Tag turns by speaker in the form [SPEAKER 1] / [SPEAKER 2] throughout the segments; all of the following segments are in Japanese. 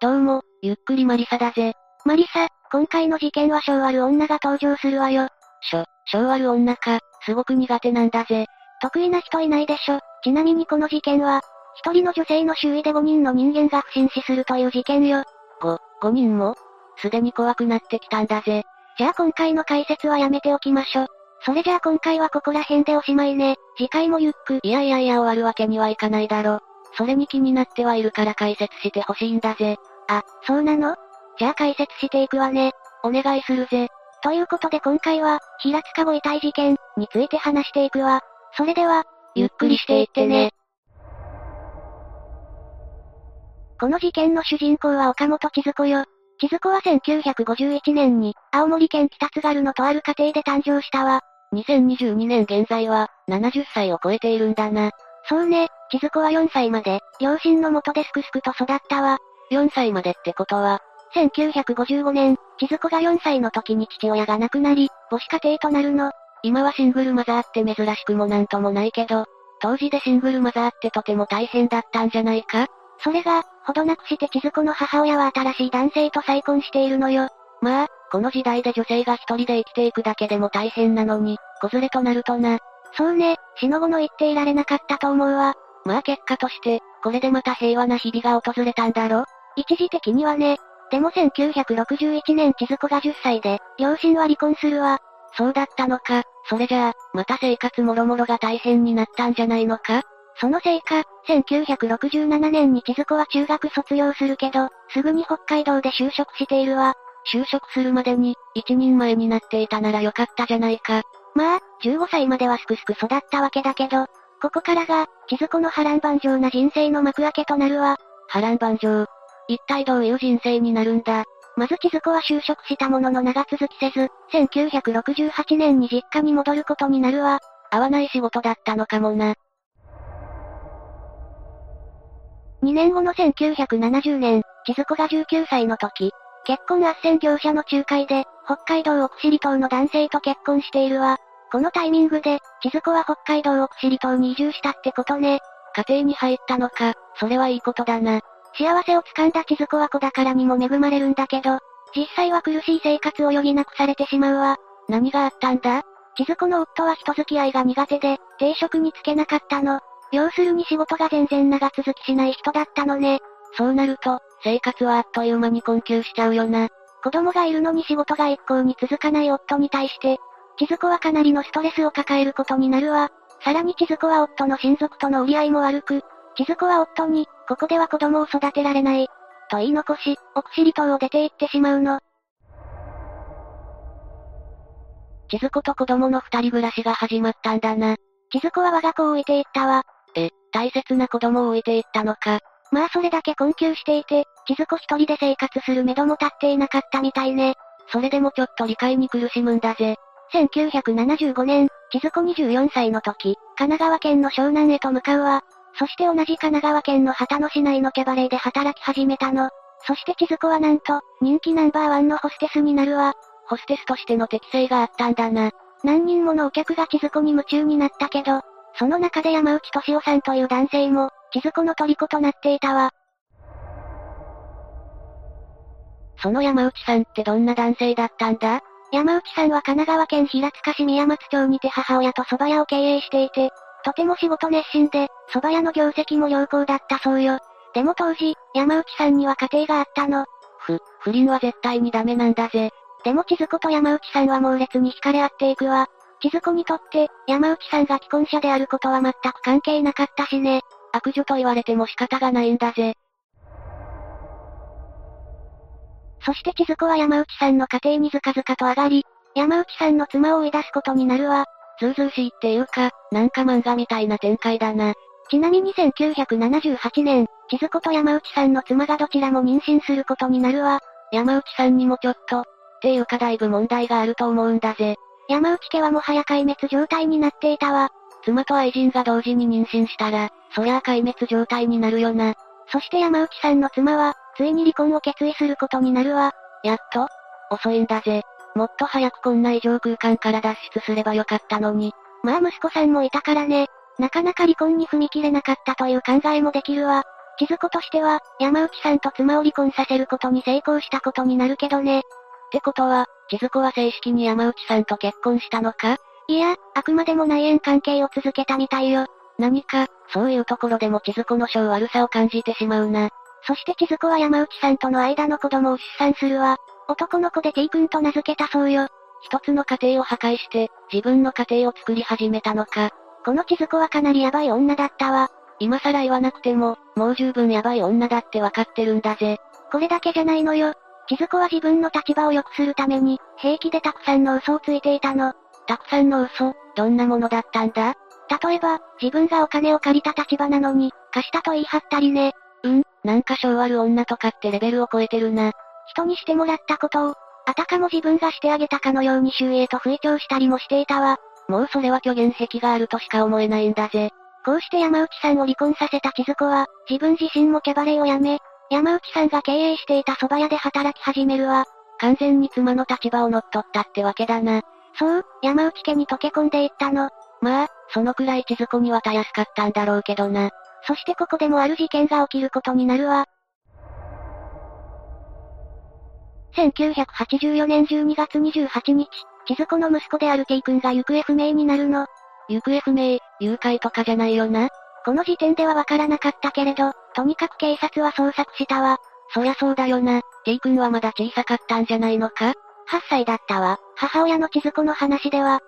[SPEAKER 1] どうも、ゆっくりマリサだぜ。マリサ、今回の事件は性悪女が登場するわよ。しょ、性悪女か、すごく苦手なんだぜ。得意な人いないでしょ。ちなみにこの事件は、一人の女性の周囲で5人の人間が不審死するという事件よ。5、5人もすでに怖くなってきたんだぜ。じゃあ今回の解説はやめておきましょ。それじゃあ今回はここら辺でおしまいね。次回もゆっく。いやいやいや終わるわけにはいかないだろ。それに気になってはいるから解説してほしいんだぜ。あ、そうなのじゃあ解説していくわね。お願いするぜ。ということで今回は、平塚ご遺体事件について話していくわ。それでは、ゆっくりしていってね。この事件の主人公は岡本千鶴子よ。千鶴子は1951年に、青森県北津軽のとある家庭で誕生したわ。2022年現在は、70歳を超えているんだな。そうね、千鶴子は4歳まで、両親のもとですくすくと育ったわ。4歳までってことは、1955年、千鶴子が4歳の時に父親が亡くなり、母子家庭となるの。今はシングルマザーって珍しくもなんともないけど、当時でシングルマザーってとても大変だったんじゃないかそれが、ほどなくして千鶴子の母親は新しい男性と再婚しているのよ。まあ、この時代で女性が一人で生きていくだけでも大変なのに、子連れとなるとな。そうね、死の後の言っていられなかったと思うわ。まあ結果として、これでまた平和な日々が訪れたんだろ一時的にはね。でも1961年千鶴子が10歳で、両親は離婚するわ。そうだったのか。それじゃあ、また生活もろもろが大変になったんじゃないのかそのせいか、1967年に千鶴子は中学卒業するけど、すぐに北海道で就職しているわ。就職するまでに、一人前になっていたならよかったじゃないか。まあ、15歳まではすくすく育ったわけだけど、ここからが、千鶴子の波乱万丈な人生の幕開けとなるわ。波乱万丈。一体どういう人生になるんだまず千鶴子は就職したものの長続きせず、1968年に実家に戻ることになるわ。合わない仕事だったのかもな。2年後の1970年、千鶴子が19歳の時、結婚斡旋業者の仲介で、北海道奥尻島の男性と結婚しているわ。このタイミングで、千鶴子は北海道奥尻島に移住したってことね。家庭に入ったのか、それはいいことだな。幸せをつかんだ千鶴子は子宝にも恵まれるんだけど、実際は苦しい生活を余儀なくされてしまうわ。何があったんだ千鶴子の夫は人付き合いが苦手で、定職につけなかったの。要するに仕事が全然長続きしない人だったのね。そうなると、生活はあっという間に困窮しちゃうよな。子供がいるのに仕事が一向に続かない夫に対して、千鶴子はかなりのストレスを抱えることになるわ。さらに千鶴子は夫の親族との折り合いも悪く、千鶴子は夫に、ここでは子供を育てられない、と言い残し、奥尻島を出て行ってしまうの。千鶴子と子供の二人暮らしが始まったんだな。千鶴子は我が子を置いていったわ。え、大切な子供を置いていったのか。まあそれだけ困窮していて、千鶴子一人で生活する目処も立っていなかったみたいね。それでもちょっと理解に苦しむんだぜ。1975年、千鶴子24歳の時、神奈川県の湘南へと向かうわ。そして同じ神奈川県の秦野市内のキャバレーで働き始めたの。そして千鶴子はなんと、人気ナンバーワンのホステスになるわ。ホステスとしての適性があったんだな。何人ものお客が千鶴子に夢中になったけど、その中で山内俊夫さんという男性も、千鶴子の虜となっていたわ。その山内さんってどんな男性だったんだ山内さんは神奈川県平塚市宮松町にて母親と蕎麦屋を経営していて、とても仕事熱心で、蕎麦屋の業績も良好だったそうよ。でも当時、山内さんには家庭があったの。ふ、不倫は絶対にダメなんだぜ。でも千鶴子と山内さんは猛烈に惹かれ合っていくわ。千鶴子にとって、山内さんが既婚者であることは全く関係なかったしね。悪女と言われても仕方がないんだぜ。そして千鶴子は山内さんの家庭にずかずかと上がり、山内さんの妻を追い出すことになるわ。ずうずうしいっていうか、なんか漫画みたいな展開だな。ちなみに1978年、千鶴子と山内さんの妻がどちらも妊娠することになるわ。山内さんにもちょっと、っていうかだいぶ問題があると思うんだぜ。山内家はもはや壊滅状態になっていたわ。妻と愛人が同時に妊娠したら、そりゃあ壊滅状態になるよな。そして山内さんの妻は、ついに離婚を決意することになるわ。やっと遅いんだぜ。もっと早くこんな異常空間から脱出すればよかったのに。まあ息子さんもいたからね。なかなか離婚に踏み切れなかったという考えもできるわ。千鶴子としては、山内さんと妻を離婚させることに成功したことになるけどね。ってことは、千鶴子は正式に山内さんと結婚したのかいや、あくまでも内縁関係を続けたみたいよ。何か、そういうところでも千鶴子の性悪さを感じてしまうな。そして千鶴子は山内さんとの間の子供を出産するわ。男の子で T 君と名付けたそうよ。一つの家庭を破壊して、自分の家庭を作り始めたのか。この千鶴子はかなりヤバい女だったわ。今更言わなくても、もう十分ヤバい女だってわかってるんだぜ。これだけじゃないのよ。千鶴子は自分の立場を良くするために、平気でたくさんの嘘をついていたの。たくさんの嘘、どんなものだったんだ例えば、自分がお金を借りた立場なのに、貸したと言い張ったりね。うん、なんか性悪女とかってレベルを超えてるな。人にしてもらったことを、あたかも自分がしてあげたかのように周囲へと吹聴したりもしていたわ。もうそれは虚言癖があるとしか思えないんだぜ。こうして山内さんを離婚させた千鶴子は、自分自身もキャバレーを辞め、山内さんが経営していた蕎麦屋で働き始めるわ。完全に妻の立場を乗っ取ったってわけだな。そう、山内家に溶け込んでいったの。まあ、そのくらい千鶴子にはたやすかったんだろうけどな。そしてここでもある事件が起きることになるわ。1984年12月28日、千鶴子の息子である T 君が行方不明になるの。行方不明、誘拐とかじゃないよな。この時点ではわからなかったけれど、とにかく警察は捜索したわ。そりゃそうだよな。T 君はまだ小さかったんじゃないのか ?8 歳だったわ。母親の千鶴子の話では、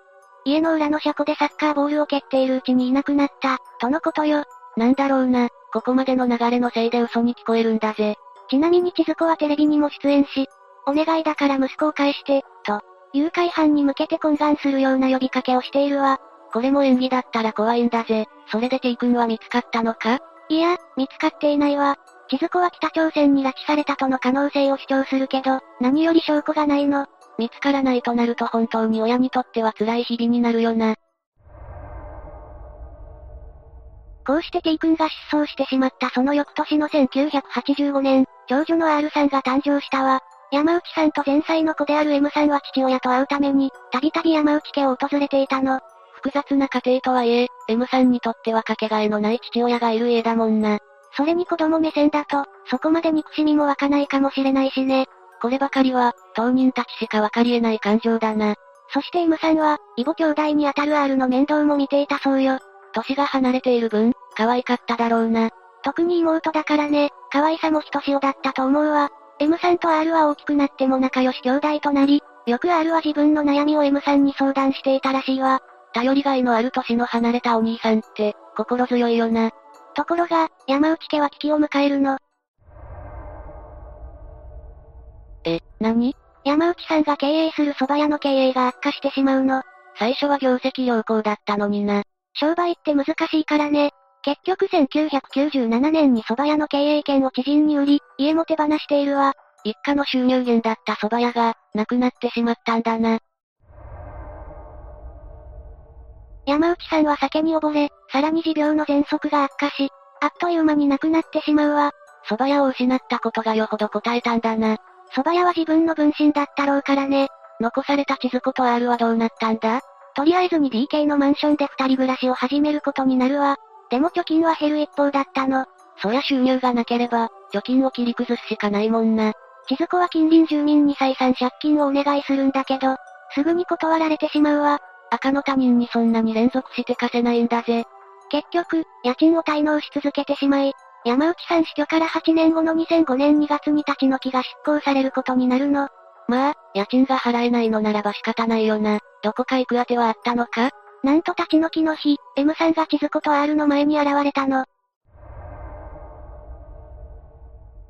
[SPEAKER 1] 家の裏の車庫でサッカーボールを蹴っているうちにいなくなった、とのことよ。なんだろうな、ここまでの流れのせいで嘘に聞こえるんだぜ。ちなみに千鶴子はテレビにも出演し、お願いだから息子を返して、と、誘拐犯に向けて懇願するような呼びかけをしているわ。これも演技だったら怖いんだぜ。それで T 君は見つかったのかいや、見つかっていないわ。千鶴子は北朝鮮に拉致されたとの可能性を主張するけど、何より証拠がないの。見つからないとなると本当に親にとっては辛い日々になるよな。こうして T 君が失踪してしまったその翌年の1985年、長女の R さんが誕生したわ。山内さんと前妻の子である M さんは父親と会うために、たびたび山内家を訪れていたの。複雑な家庭とはいえ、M さんにとってはかけがえのない父親がいる家だもんな。それに子供目線だと、そこまで憎しみも湧かないかもしれないしね。こればかりは、当人たちしかわかり得ない感情だな。そして M さんは、異母兄弟にあたる R の面倒も見ていたそうよ。歳が離れている分、可愛かっただろうな。特に妹だからね、可愛さもひとしおだったと思うわ。M さんと R は大きくなっても仲良し兄弟となり、よく R は自分の悩みを M さんに相談していたらしいわ。頼りがいのある年の離れたお兄さんって、心強いよな。ところが、山内家は危機を迎えるの。え、何山内さんが経営する蕎麦屋の経営が悪化してしまうの。最初は業績良好だったのにな。商売って難しいからね。結局1997年に蕎麦屋の経営権を知人に売り、家も手放しているわ。一家の収入源だった蕎麦屋が、なくなってしまったんだな。山内さんは酒に溺れ、さらに持病の喘息が悪化し、あっという間に亡くなってしまうわ。蕎麦屋を失ったことがよほど答えたんだな。蕎麦屋は自分の分身だったろうからね。残された千鶴子と R はどうなったんだとりあえず 2DK のマンションで二人暮らしを始めることになるわ。でも貯金は減る一方だったの。そりゃ収入がなければ、貯金を切り崩すしかないもんな。千鶴子は近隣住民に再三借金をお願いするんだけど、すぐに断られてしまうわ。赤の他人にそんなに連続して貸せないんだぜ。結局、家賃を滞納し続けてしまい、山内さん死去から8年後の2005年2月に立ち退きが執行されることになるの。まあ、家賃が払えないのならば仕方ないよな。どこか行く当てはあったのかなんと立ち退きの日、M さんが千鶴子と R の前に現れたの。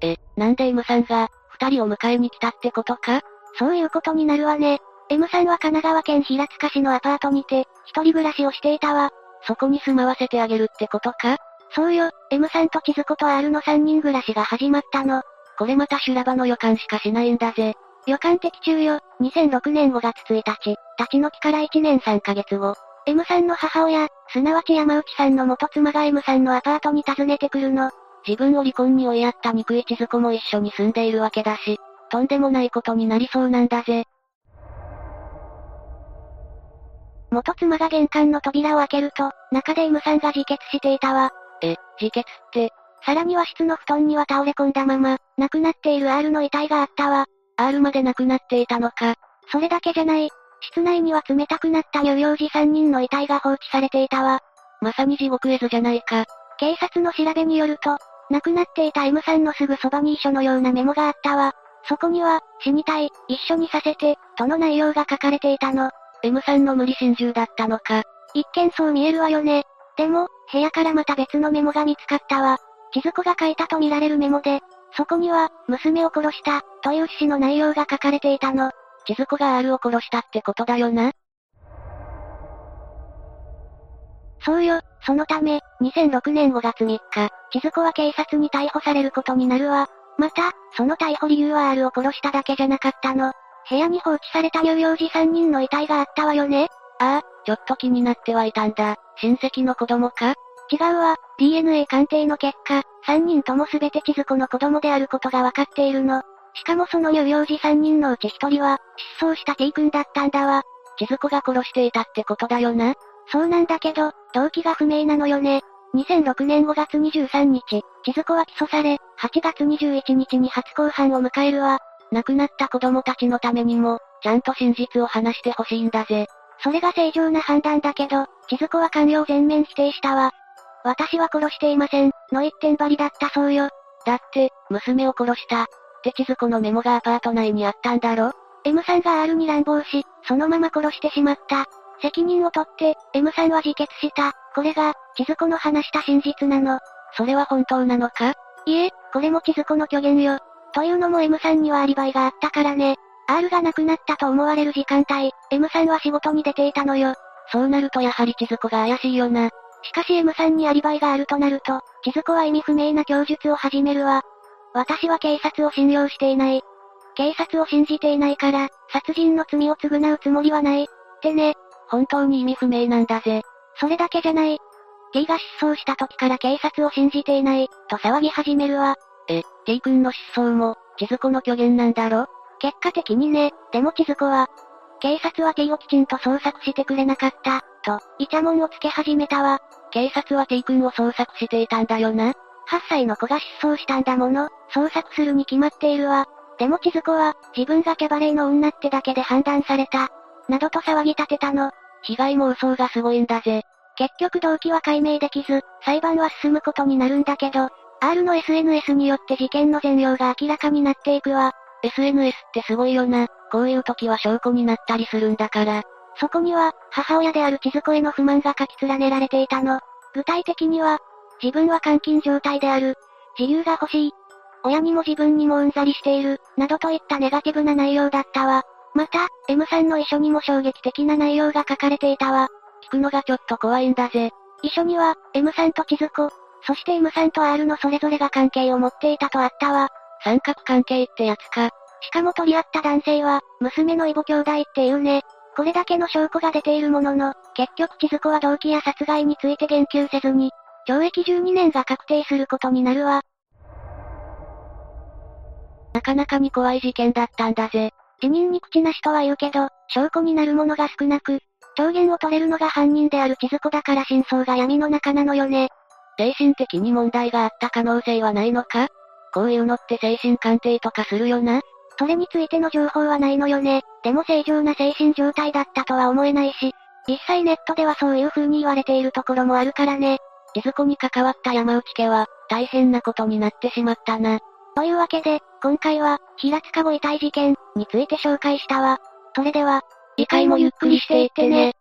[SPEAKER 1] え、なんで M さんが、二人を迎えに来たってことかそういうことになるわね。M さんは神奈川県平塚市のアパートにて、一人暮らしをしていたわ。そこに住まわせてあげるってことかそうよ、M さんと千鶴子と R の3人暮らしが始まったの。これまた修羅場の予感しかしないんだぜ。予感的中よ、2006年5月1日、立ち退きから1年3ヶ月後、M さんの母親、すなわち山内さんの元妻が M さんのアパートに訪ねてくるの。自分を離婚に追いやった憎い千鶴子も一緒に住んでいるわけだし、とんでもないことになりそうなんだぜ。元妻が玄関の扉を開けると、中で M さんが自決していたわ。え、自決って。さらに和室の布団には倒れ込んだまま、亡くなっている R の遺体があったわ。R まで亡くなっていたのか。それだけじゃない。室内には冷たくなった乳幼児3人の遺体が放置されていたわ。まさに地獄絵図じゃないか。警察の調べによると、亡くなっていた M さんのすぐそばに遺書のようなメモがあったわ。そこには、死にたい、一緒にさせて、との内容が書かれていたの。M さんの無理心中だったのか。一見そう見えるわよね。でも、部屋からまた別のメモが見つかったわ。千鶴子が書いたと見られるメモで、そこには、娘を殺した、という詩の内容が書かれていたの。千鶴子が R を殺したってことだよなそうよ、そのため、2006年5月3日、千鶴子は警察に逮捕されることになるわ。また、その逮捕理由は R を殺しただけじゃなかったの。部屋に放置された乳幼児3人の遺体があったわよねああ、ちょっと気になってはいたんだ。親戚の子供か違うわ、DNA 鑑定の結果、3人とも全て千鶴子の子供であることが分かっているの。しかもその乳幼児3人のうち1人は、失踪した T 君だったんだわ。千鶴子が殺していたってことだよなそうなんだけど、動機が不明なのよね。2006年5月23日、千鶴子は起訴され、8月21日に初公判を迎えるわ。亡くなった子供たちのためにも、ちゃんと真実を話してほしいんだぜ。それが正常な判断だけど、千鶴子は関与を全面否定したわ。私は殺していません、の一点張りだったそうよ。だって、娘を殺した。って千鶴子のメモがアパート内にあったんだろ ?M さんが R に乱暴し、そのまま殺してしまった。責任を取って、M さんは自決した。これが、千鶴子の話した真実なの。それは本当なのかいえ、これも千鶴子の虚言よ。というのも M さんにはアリバイがあったからね。R が亡くなったと思われる時間帯、M さんは仕事に出ていたのよ。そうなるとやはり千鶴子が怪しいよな。しかし M さんにアリバイがあるとなると、千鶴子は意味不明な供述を始めるわ。私は警察を信用していない。警察を信じていないから、殺人の罪を償うつもりはない。ってね。本当に意味不明なんだぜ。それだけじゃない。T が失踪した時から警察を信じていない、と騒ぎ始めるわ。え、T 君の失踪も、千鶴子の虚言なんだろ結果的にね、でも千鶴子は、警察は T をきちんと捜索してくれなかった、と、イチャモンをつけ始めたわ。警察は T 君を捜索していたんだよな。8歳の子が失踪したんだもの、捜索するに決まっているわ。でも千鶴子は、自分がキャバレーの女ってだけで判断された。などと騒ぎ立てたの。被害妄想がすごいんだぜ。結局動機は解明できず、裁判は進むことになるんだけど、R の SNS によって事件の全容が明らかになっていくわ。SNS ってすごいよな。こういう時は証拠になったりするんだから。そこには、母親である千鶴子への不満が書き連ねられていたの。具体的には、自分は監禁状態である。自由が欲しい。親にも自分にもうんざりしている。などといったネガティブな内容だったわ。また、M さんの遺書にも衝撃的な内容が書かれていたわ。聞くのがちょっと怖いんだぜ。遺書には、M さんと千鶴子、そして M さんと R のそれぞれが関係を持っていたとあったわ。三角関係ってやつか。しかも取り合った男性は、娘の異母兄弟っていうね。これだけの証拠が出ているものの、結局千鶴子は動機や殺害について言及せずに、懲役12年が確定することになるわ。なかなかに怖い事件だったんだぜ。辞任に口なしとは言うけど、証拠になるものが少なく、証言を取れるのが犯人である千鶴子だから真相が闇の中なのよね。精神的に問題があった可能性はないのかこういうのって精神鑑定とかするよなそれについての情報はないのよね。でも正常な精神状態だったとは思えないし、実際ネットではそういう風に言われているところもあるからね。千鶴子に関わった山内家は、大変なことになってしまったな。というわけで、今回は、平塚ご遺体事件について紹介したわ。それでは、次回もゆっくりしていってね。